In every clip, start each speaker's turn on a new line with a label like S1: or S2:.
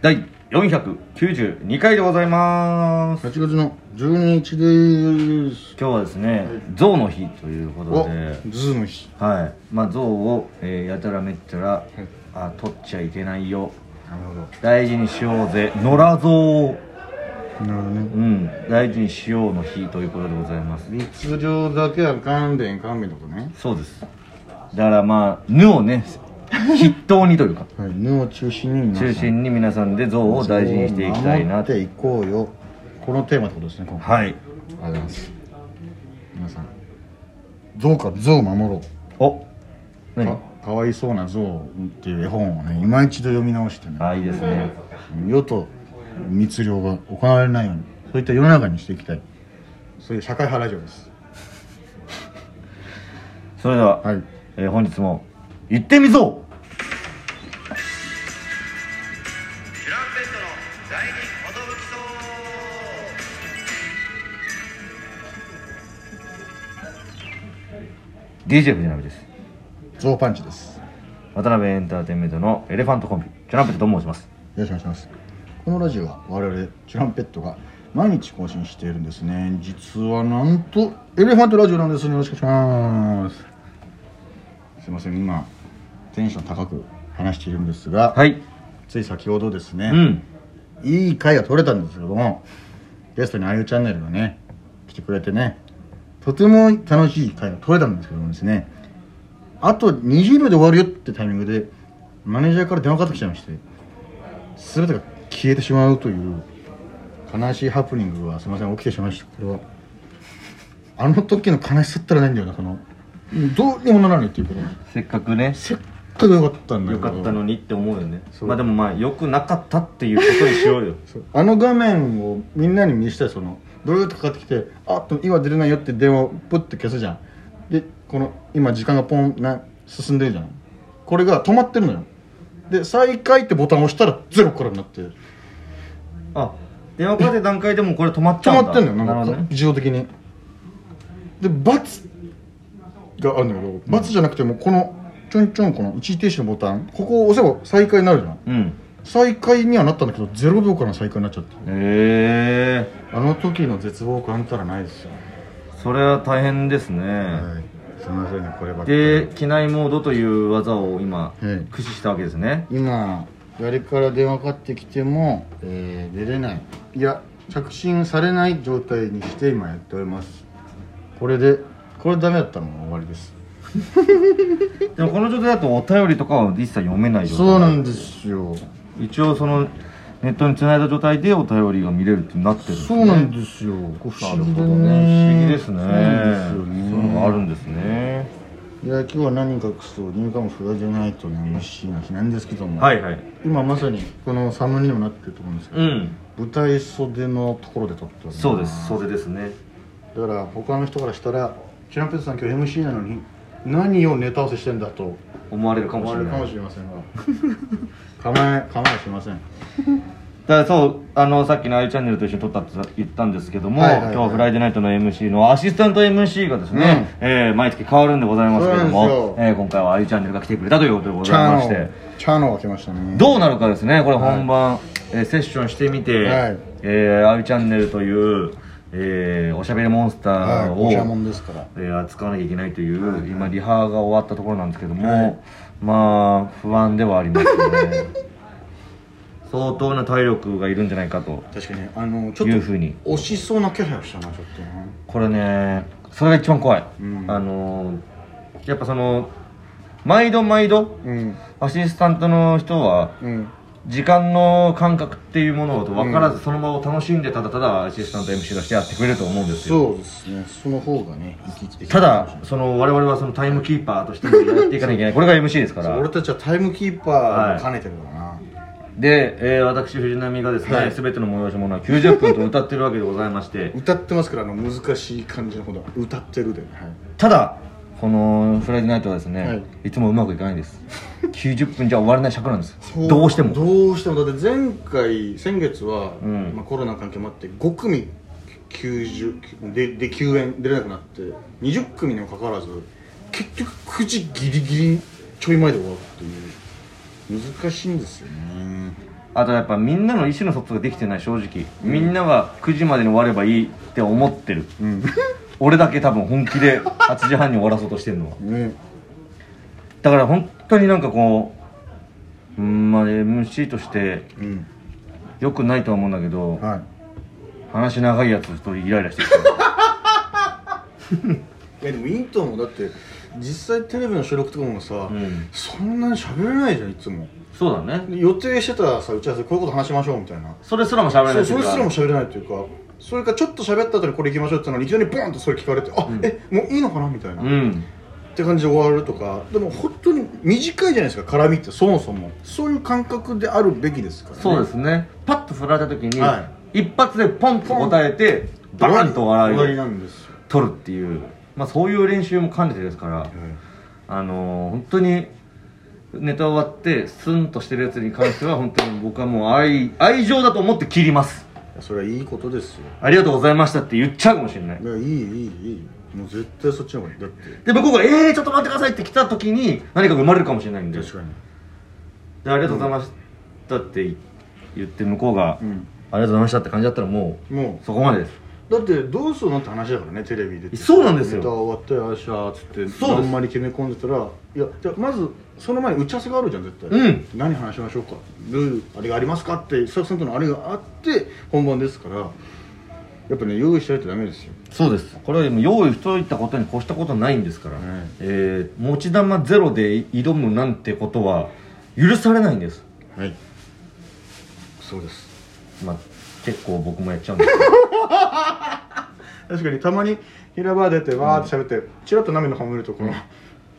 S1: 第492回でございます
S2: 8月の12日です
S1: 今日はですね象の日ということ
S2: お
S1: で
S2: ズーの日
S1: はいまあ象を、えーやたらめったら、
S2: い
S1: あ取っちゃいけないよ
S2: なるほ
S1: 大事にしようぜ野良象
S2: どなるほどね
S1: うん大事にしようの日ということでございます
S2: 律令だけは関連関連のことね
S1: そうですだからまあ「ぬ」をね筆頭にと いうか
S2: はいぬを中心に皆さん
S1: 中心に皆さんで象を大事にしていきたいな
S2: 守っていこうよこのテーマってことですね今回
S1: はい
S2: ありがとうございます皆さん象か象を守ろ
S1: お
S2: う
S1: 何
S2: かかわいそうな象っていう絵本をね今一度読み直してね
S1: あいいですね
S2: 世と密漁が行われないようにそういった世の中にしていきたいそういう社会派ラジオです
S1: それでは、
S2: はい
S1: えー本日も行ってみぞチュランペットの第二 DJ 藤波です
S2: 象パンチですよ
S1: 渡辺エンターテインメントのエレファントコンビチュランペットと申します
S2: ろしくお願いしますこのラジオは我々チュランペットが毎日更新しているんですね実はなんとエレファントラジオなんですよろしくお願いしますすいません今テンション高く話しているんですが、
S1: はい
S2: つい先ほどですね、
S1: うん
S2: いい回が取れたんですけどもゲストにあゆチャンネルがね来てくれてねとても楽しい回が取れたんですけどもですねあと20秒で終わるよってタイミングでマネージャーから電話かかってきちゃいまして全てが消えてしまうという悲しいハプニングがすみません起きてしまいましたこれはあの時の悲しさったらないんだよなそのどうにもならないっていうこと
S1: せっかくね
S2: せっかく良かったんだ
S1: 良
S2: けど
S1: かったのにって思うよね
S2: そう
S1: まあでもまあ良くなかったっていうことにし ようよ
S2: そうあの画面をみんなに見せたそのブルーッとかかってきて「あっ今出れないよ」って電話をプッて消すじゃんでこの今時間がポンな進んでるじゃんこれが止まってるのよで「再開」ってボタンを押したらゼロからになって止
S1: あ電話かけた段階でもうこれ止まっちゃうん
S2: ま
S1: だ
S2: ってん
S1: な
S2: のよ
S1: るほ
S2: なん
S1: ど
S2: か
S1: ね
S2: 自動的にで罰があるんだけど罰じゃなくてもうこのちょんちょんこの一時停止のボタンここを押せば再開になるじゃん
S1: うん
S2: 再開にはなったんだけど0秒からの再開になっちゃって
S1: へえ
S2: あの時の絶望感たらないですよ
S1: それは大変ですね、
S2: はい、すみませんねこればっかり
S1: で機内モードという技を今、
S2: はい
S1: 駆使したわけですね
S2: 今誰から電話かかってきても、えー出れないいや着信されない状態にして今やっておりますこれでこれダメだったらもう終わりです
S1: でもこの状態だとお便りとかは一切読めない
S2: そ
S1: 状態
S2: うなんですよ
S1: 一応そのネットにつないだ状態でお便りが見れるってなってる
S2: そうなんですよこう不
S1: な
S2: 思
S1: る
S2: 議
S1: ほ
S2: だ
S1: ど
S2: ね
S1: ね不思議ですね
S2: そうなんです
S1: そう
S2: よ
S1: いうの
S2: ね
S1: があるんですね
S2: いや今日は何隠そう入荷も不安じゃないとね嬉しいな日なんですけども、
S1: はいはい
S2: 今まさにこのサムネにもなってると思うんですけど、
S1: うん
S2: 舞台袖のところで撮っております
S1: そうですそれですね
S2: だから他の人からしたら「チュランペットさん今日 MC なのに何をネタ合わせしてんだ」と
S1: 思われるかもし
S2: 思わ
S1: れ
S2: れ
S1: な
S2: るか
S1: い
S2: もしれませんが 構え構えしません
S1: だからそうあのさっきの「あゆチャンネル」と一緒に撮ったって言ったんですけども、
S2: はいはいはい
S1: 今日「フライデーナイト」の MC のアシスタント MC がですね、えー毎月変わるんでございますけれど
S2: そ
S1: も、
S2: うなんです
S1: えー今回は「あゆチャンネル」が来てくれたということでご
S2: チ
S1: ざい
S2: ャ
S1: ま
S2: ー
S1: し
S2: ノ
S1: て
S2: ーチャーノーが来ましたね
S1: どうなるかですねこれ本番、えーセッションしてみて「
S2: はい
S1: えーあゆチャンネル」という、えーおしゃべりモンスタ
S2: はい
S1: ーを、
S2: お茶もんですから
S1: えー扱わなきゃいけないという、今リハが終わったところなんですけども、まあ不安ではありますね 相当な体力がいるんじゃないかと。
S2: 確かにあのちょっ
S1: いう
S2: と
S1: ふうに
S2: 押しそうな気配をしたなちょっとね
S1: これねそれが一番怖い、
S2: うん
S1: あのーやっぱその毎度毎度
S2: うん
S1: アシスタントの人は
S2: うん
S1: 時間の感覚っていうものと分からずその場を楽しんでただただアシスタント MC としてやってくれると思うんですよ
S2: そうですねその方がね生き生きできる
S1: ただその我々はそのタイムキーパーとしてもやっていかなきゃいけないこれが MC ですか
S2: そう俺
S1: ら
S2: たちはタイムキーパーを兼ねてるからな、
S1: で、えー私藤波がですね、
S2: はい
S1: 全ての催し物は90分と歌ってるわけでございまして
S2: 歌ってますからあの難しい感じのほど歌ってるで、はい
S1: ただこの「フライデーナイト」はですね、
S2: はい
S1: い、つもうまくいかないです90分じゃ終われない尺なんです
S2: そう
S1: どうしても
S2: どうしてもだって前回先月は、
S1: ん
S2: まあ、コロナの関係もあって5組90でで休演出れなくなって20組にもかかわらず結局9時ギリギリちょい前で終わるっていう難しいんですよね
S1: あとやっぱみんなの意思の疎通ができてない正直、みんなが9時までに終わればいいって思ってる、
S2: ん
S1: 俺だけ多分本気で8時半に終わらそうとしてるのは
S2: ね
S1: だから本当になんかこううんまあ MC として
S2: うん
S1: よくないとは思うんだけど、
S2: は
S1: 話長いやつとイライラしてき た
S2: いいやでもイントもだって実際テレビの収録とかもさ、
S1: うん
S2: そんなに喋れないじゃんいつも
S1: そうだね
S2: で予定してたさ打ち合わせこういうこと話しましょうみたいな
S1: それすらも喋れない
S2: そう
S1: ってい
S2: そうれ
S1: か
S2: すらも喋れないというかそれかちょっと喋った後にこれ行きましょうってのにいきなりボンとそれ聞かれてあ、えもういいのかなみたいな、
S1: う
S2: っ
S1: ん
S2: て感じで終わるとかでも本当に短いじゃないですか絡みってそもそもそういう感覚であるべきですからね
S1: そうですねパッと振られた時に、
S2: は
S1: 一発でポンと答えてバ
S2: 終わ
S1: ー
S2: り
S1: ンと笑いを
S2: 終わりなんですよ、
S1: 取るっていう、まあ、そういう練習も兼ねてですから、あのー本当にネタ終わってスンとしてるやつに関しては本当に僕はもう愛愛情だと思って切ります
S2: いやそれはいいことですよ
S1: ありがとうございましたって言っちゃうかもしれない
S2: いやいいいいいいもう絶対そっちの方がいいだって
S1: で向こうが「えー、ちょっと待ってください」って来た時に何かが生まれるかもしれないんで
S2: 確かに
S1: でありがとうございましたって言って向こうが、
S2: ん
S1: ありがとうございましたって感じだったらも
S2: も
S1: うそこまでです
S2: うだってどうするのって話だからねテレビで
S1: そうなんですよ
S2: ネタ終わってよっしゃーっつって
S1: そうです
S2: あんまり決め込んでたらいやじゃあまずその前に打ち合わせがあるじゃん絶対、
S1: うん
S2: 何話しましょうかルールあれがありますかってスタッフさんとのあれがあって本番ですからやっぱね用意しないとダメですよ
S1: そうですこれはもう用意しといたことに越したことないんですから、
S2: ん
S1: えー持ち玉ゼロで挑むなんてことは許されないんです
S2: はいそうです
S1: まあ結構僕もやっちゃうんですけ
S2: 確かにたまに平場出てわーって喋って、チラッと涙の顔見るとこの、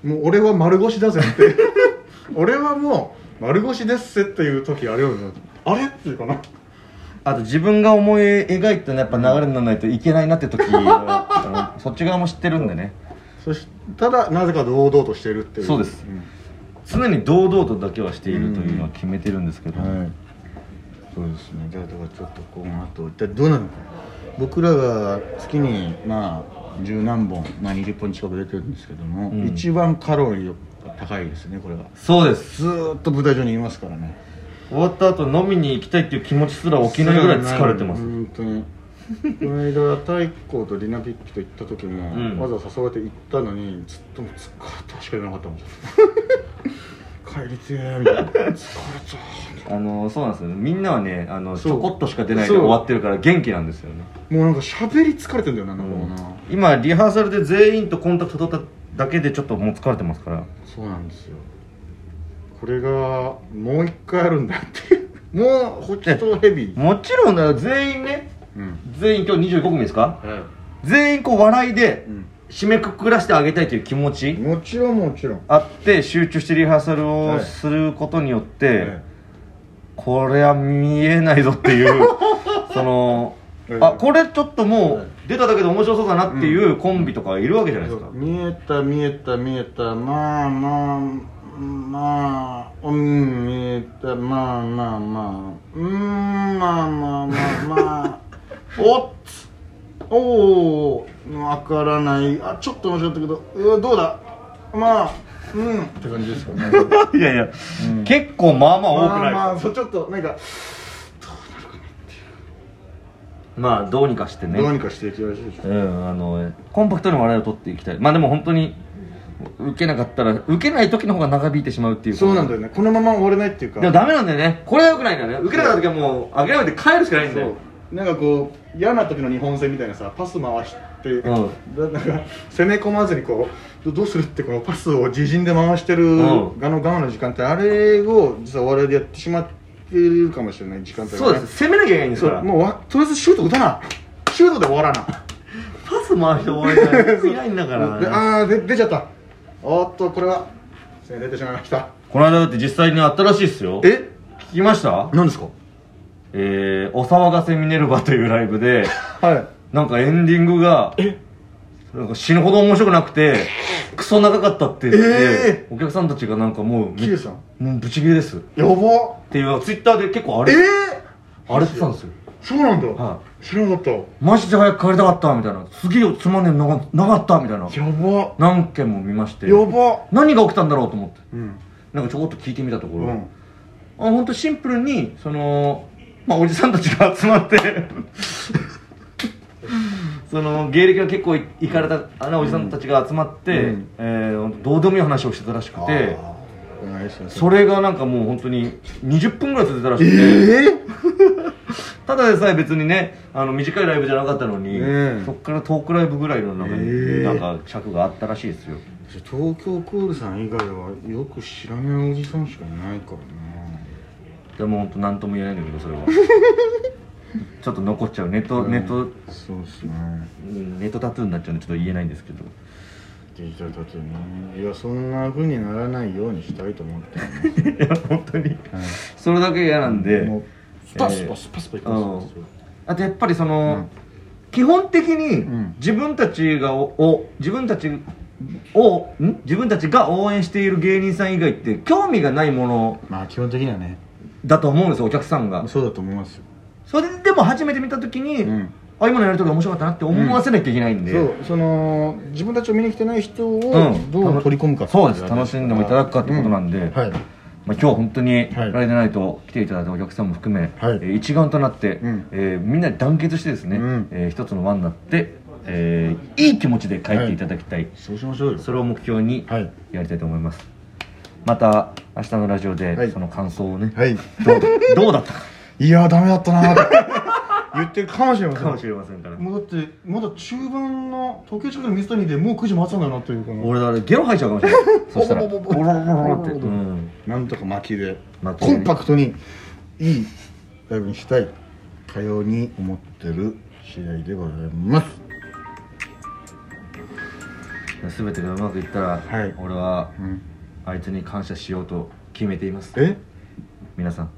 S2: もう俺は丸腰だぜって 俺はもう丸腰ですっていう時あれよねあれっていうかな
S1: どあと自分が思い描いたやっぱ流れにならないといけないなって時あ のそっち側も知ってるんでね
S2: そしただなぜか堂々としてるっていう
S1: そうです
S2: ん
S1: 常に堂々とだけはしているというのは決めてるんですけど、
S2: はいそうですねじゃあだからちょっとこの後一体どうなるのか僕らが月にまあ十何本、まあ、20本近く出てるんですけども、
S1: ん
S2: 一番カロリーが高いですねこれは
S1: そうです
S2: ずーっと舞台上にいますからね
S1: 終わった後飲みに行きたいっていう気持ちすら起きないぐらい疲れてます
S2: 本当にこの間太鼓とリナピッキと行った時も、
S1: うん
S2: わざわざ誘われて行ったのにずっともう疲れたしか言えなかったもん帰りてーみたいな疲れた
S1: あのそうなんですよねみんなはねあのち
S2: そ
S1: ょ
S2: う
S1: こっとしか出ないで
S2: そう
S1: 終わってるから元気なんですよね
S2: もうなんか喋り疲れてんだよななんかもうな、
S1: 今リハーサルで全員とコンタクト取っただけでちょっともう疲れてますから
S2: そうなんですよこれがもう一回あるんだっていうもうホットヘビー、
S1: もちろんだよ全員ね
S2: うん
S1: 全員今日25組ですか
S2: は
S1: 全員こう笑いで
S2: うん
S1: 締めくくらしてあげたいという気持ち
S2: もちろんもちろん
S1: あって集中してリハーサルを
S2: はい
S1: することによって、
S2: え
S1: これは見えないぞっていう その
S2: ええ
S1: あこれちょっとも
S2: え
S1: う出ただけで面白そうだなっていうコンビとかいるわけじゃないですか、
S2: 見えた見えた見えたまあまあまあうん見えたまあまあまあうんまあまあまあまあ おっつおおわからないあちょっと面白かったけどうどうだまあうんって感じですかね
S1: いやいや、結構まあまあ多く
S2: ま
S1: な
S2: あ
S1: い
S2: まあそうちょっとなんか
S1: まあどうにかしてね
S2: どうにかしていきましょう
S1: うんあのコンパクトに笑いを取っていきたいまあでも本当に受けなかったら受けない時の方が長引いてしまうっていう
S2: そうなん
S1: だ
S2: だよねこのまま終われないっていうか
S1: でもダメなんだよねこれはよくないんだよね受けなかった時はもう諦めて帰るしかないんだ
S2: そ
S1: よ
S2: うなんかこう嫌な時の日本戦みたいなさパス回して、
S1: うん
S2: だなんか攻め込まずにこうどどうするってこのパスを自陣で回してる
S1: うん
S2: がの我慢の時間ってあれを実は我々でやってしまっているかもしれない時間帯がね
S1: そうです攻めなきゃいけないんです
S2: そ
S1: か
S2: う
S1: ら
S2: もうわとりあえずシュート打たなシュートで終わらな
S1: パス回して終わりたいいないんだから
S2: で ああで出ちゃったおーっとこれは出てしまいました
S1: この間だって実際にあったらしいっすよ
S2: え
S1: 聞きました
S2: 何ですか
S1: えー、お騒がせミネルバというライブで
S2: はい
S1: なんかエンディングがなんか死ぬほど面白くなく てクソ長かったって言って、
S2: え
S1: お客さんたちがなんかもうめ
S2: キリさん
S1: もうブチギレですっ
S2: やば
S1: ていうツイッターで結構あ
S2: え
S1: れ
S2: え
S1: あれってたんですよ
S2: そうなんだ、
S1: は
S2: 知らなかったや
S1: マジで早く帰りたかったみたいなすげえつまんねえのななかったみたいな
S2: ば
S1: 何件も見まして
S2: やば
S1: 何が起きたんだろうと思って
S2: うん
S1: なんかちょこっと聞いてみたところ、
S2: うん
S1: あ本当シンプルにその、まあ、おじさんたちが集まって その芸歴が結構いいかれたあのおじさんたちが集まって、
S2: うん
S1: えーどうでもいい話をしてたらしくて
S2: あれですよ
S1: それがなんかもう本当に20分ぐらい続いたらし
S2: え
S1: くて、
S2: え
S1: ただでさえ別にねあの短いライブじゃなかったのに、
S2: うん
S1: そっからトークライブぐらいの中に、
S2: えー
S1: なんか尺があったらしいですよ
S2: 東京クールさん以外はよく知らないおじさんしかいないからな
S1: でも本当何とも言えないんだけどそ れはちょっと残っちゃうネット、ネット
S2: そうですね
S1: うんネットタトゥーになっちゃうんでちょっと言えないんですけど
S2: デジタルタトゥーねいやそんな風にならないようにしたいと思って、
S1: いや本当にそれだけ嫌なんで、
S2: もうスパスパスパスパいきますよ、
S1: あとやっぱりその、基本的に
S2: うん
S1: 自分たちがおお自分たちをん自分たちが応援している芸人さん以外って興味がないもの
S2: まあ基本的にはね
S1: だと思うんですよお客さんが
S2: そうだと思いますよ、
S1: それでも初めて見た時に、
S2: うん
S1: あ今のやりとり面白かったなって思わせなきゃいけないんで、
S2: そうその自分たちを見に来てない人
S1: う
S2: を
S1: ん
S2: どう取り込むかってい
S1: そうです楽しんでもいただくかってことなんで、
S2: うんは
S1: まあ、
S2: い
S1: 今日は本当に「
S2: は
S1: ラ
S2: い
S1: イデーナイト」来ていただいたお客さんも含め、
S2: はい
S1: えー一丸となって、
S2: うん
S1: えーみんなで団結してですね、
S2: うん
S1: えー一つの輪になって、えーいい気持ちで帰っていただきたい、
S2: そうしましょうよ
S1: それを目標に
S2: はい
S1: やりたいと思いますまた明日のラジオで、
S2: はい
S1: その感想をね、
S2: はい
S1: どう だどうだったか
S2: いやダメだったなーって言ってるかもしれません
S1: かもしれませんから、
S2: もうだってまだ中盤の時計近くの水谷でもう9時回ってたんだなというか
S1: 俺だあれゲロ吐いちゃうかもしれ ないそしたら
S2: ボ
S1: ボ
S2: ボ
S1: ロ
S2: ボボ
S1: ボロボロって、うん、
S2: なんとか巻きで
S1: 巻き
S2: コ
S1: で
S2: ンパクトにいいライブにしたいかように思ってる次第でございます
S1: 全てがうまくいったら、
S2: はい
S1: 俺は
S2: うん
S1: あいつに感謝しようと決めています
S2: え
S1: 皆さん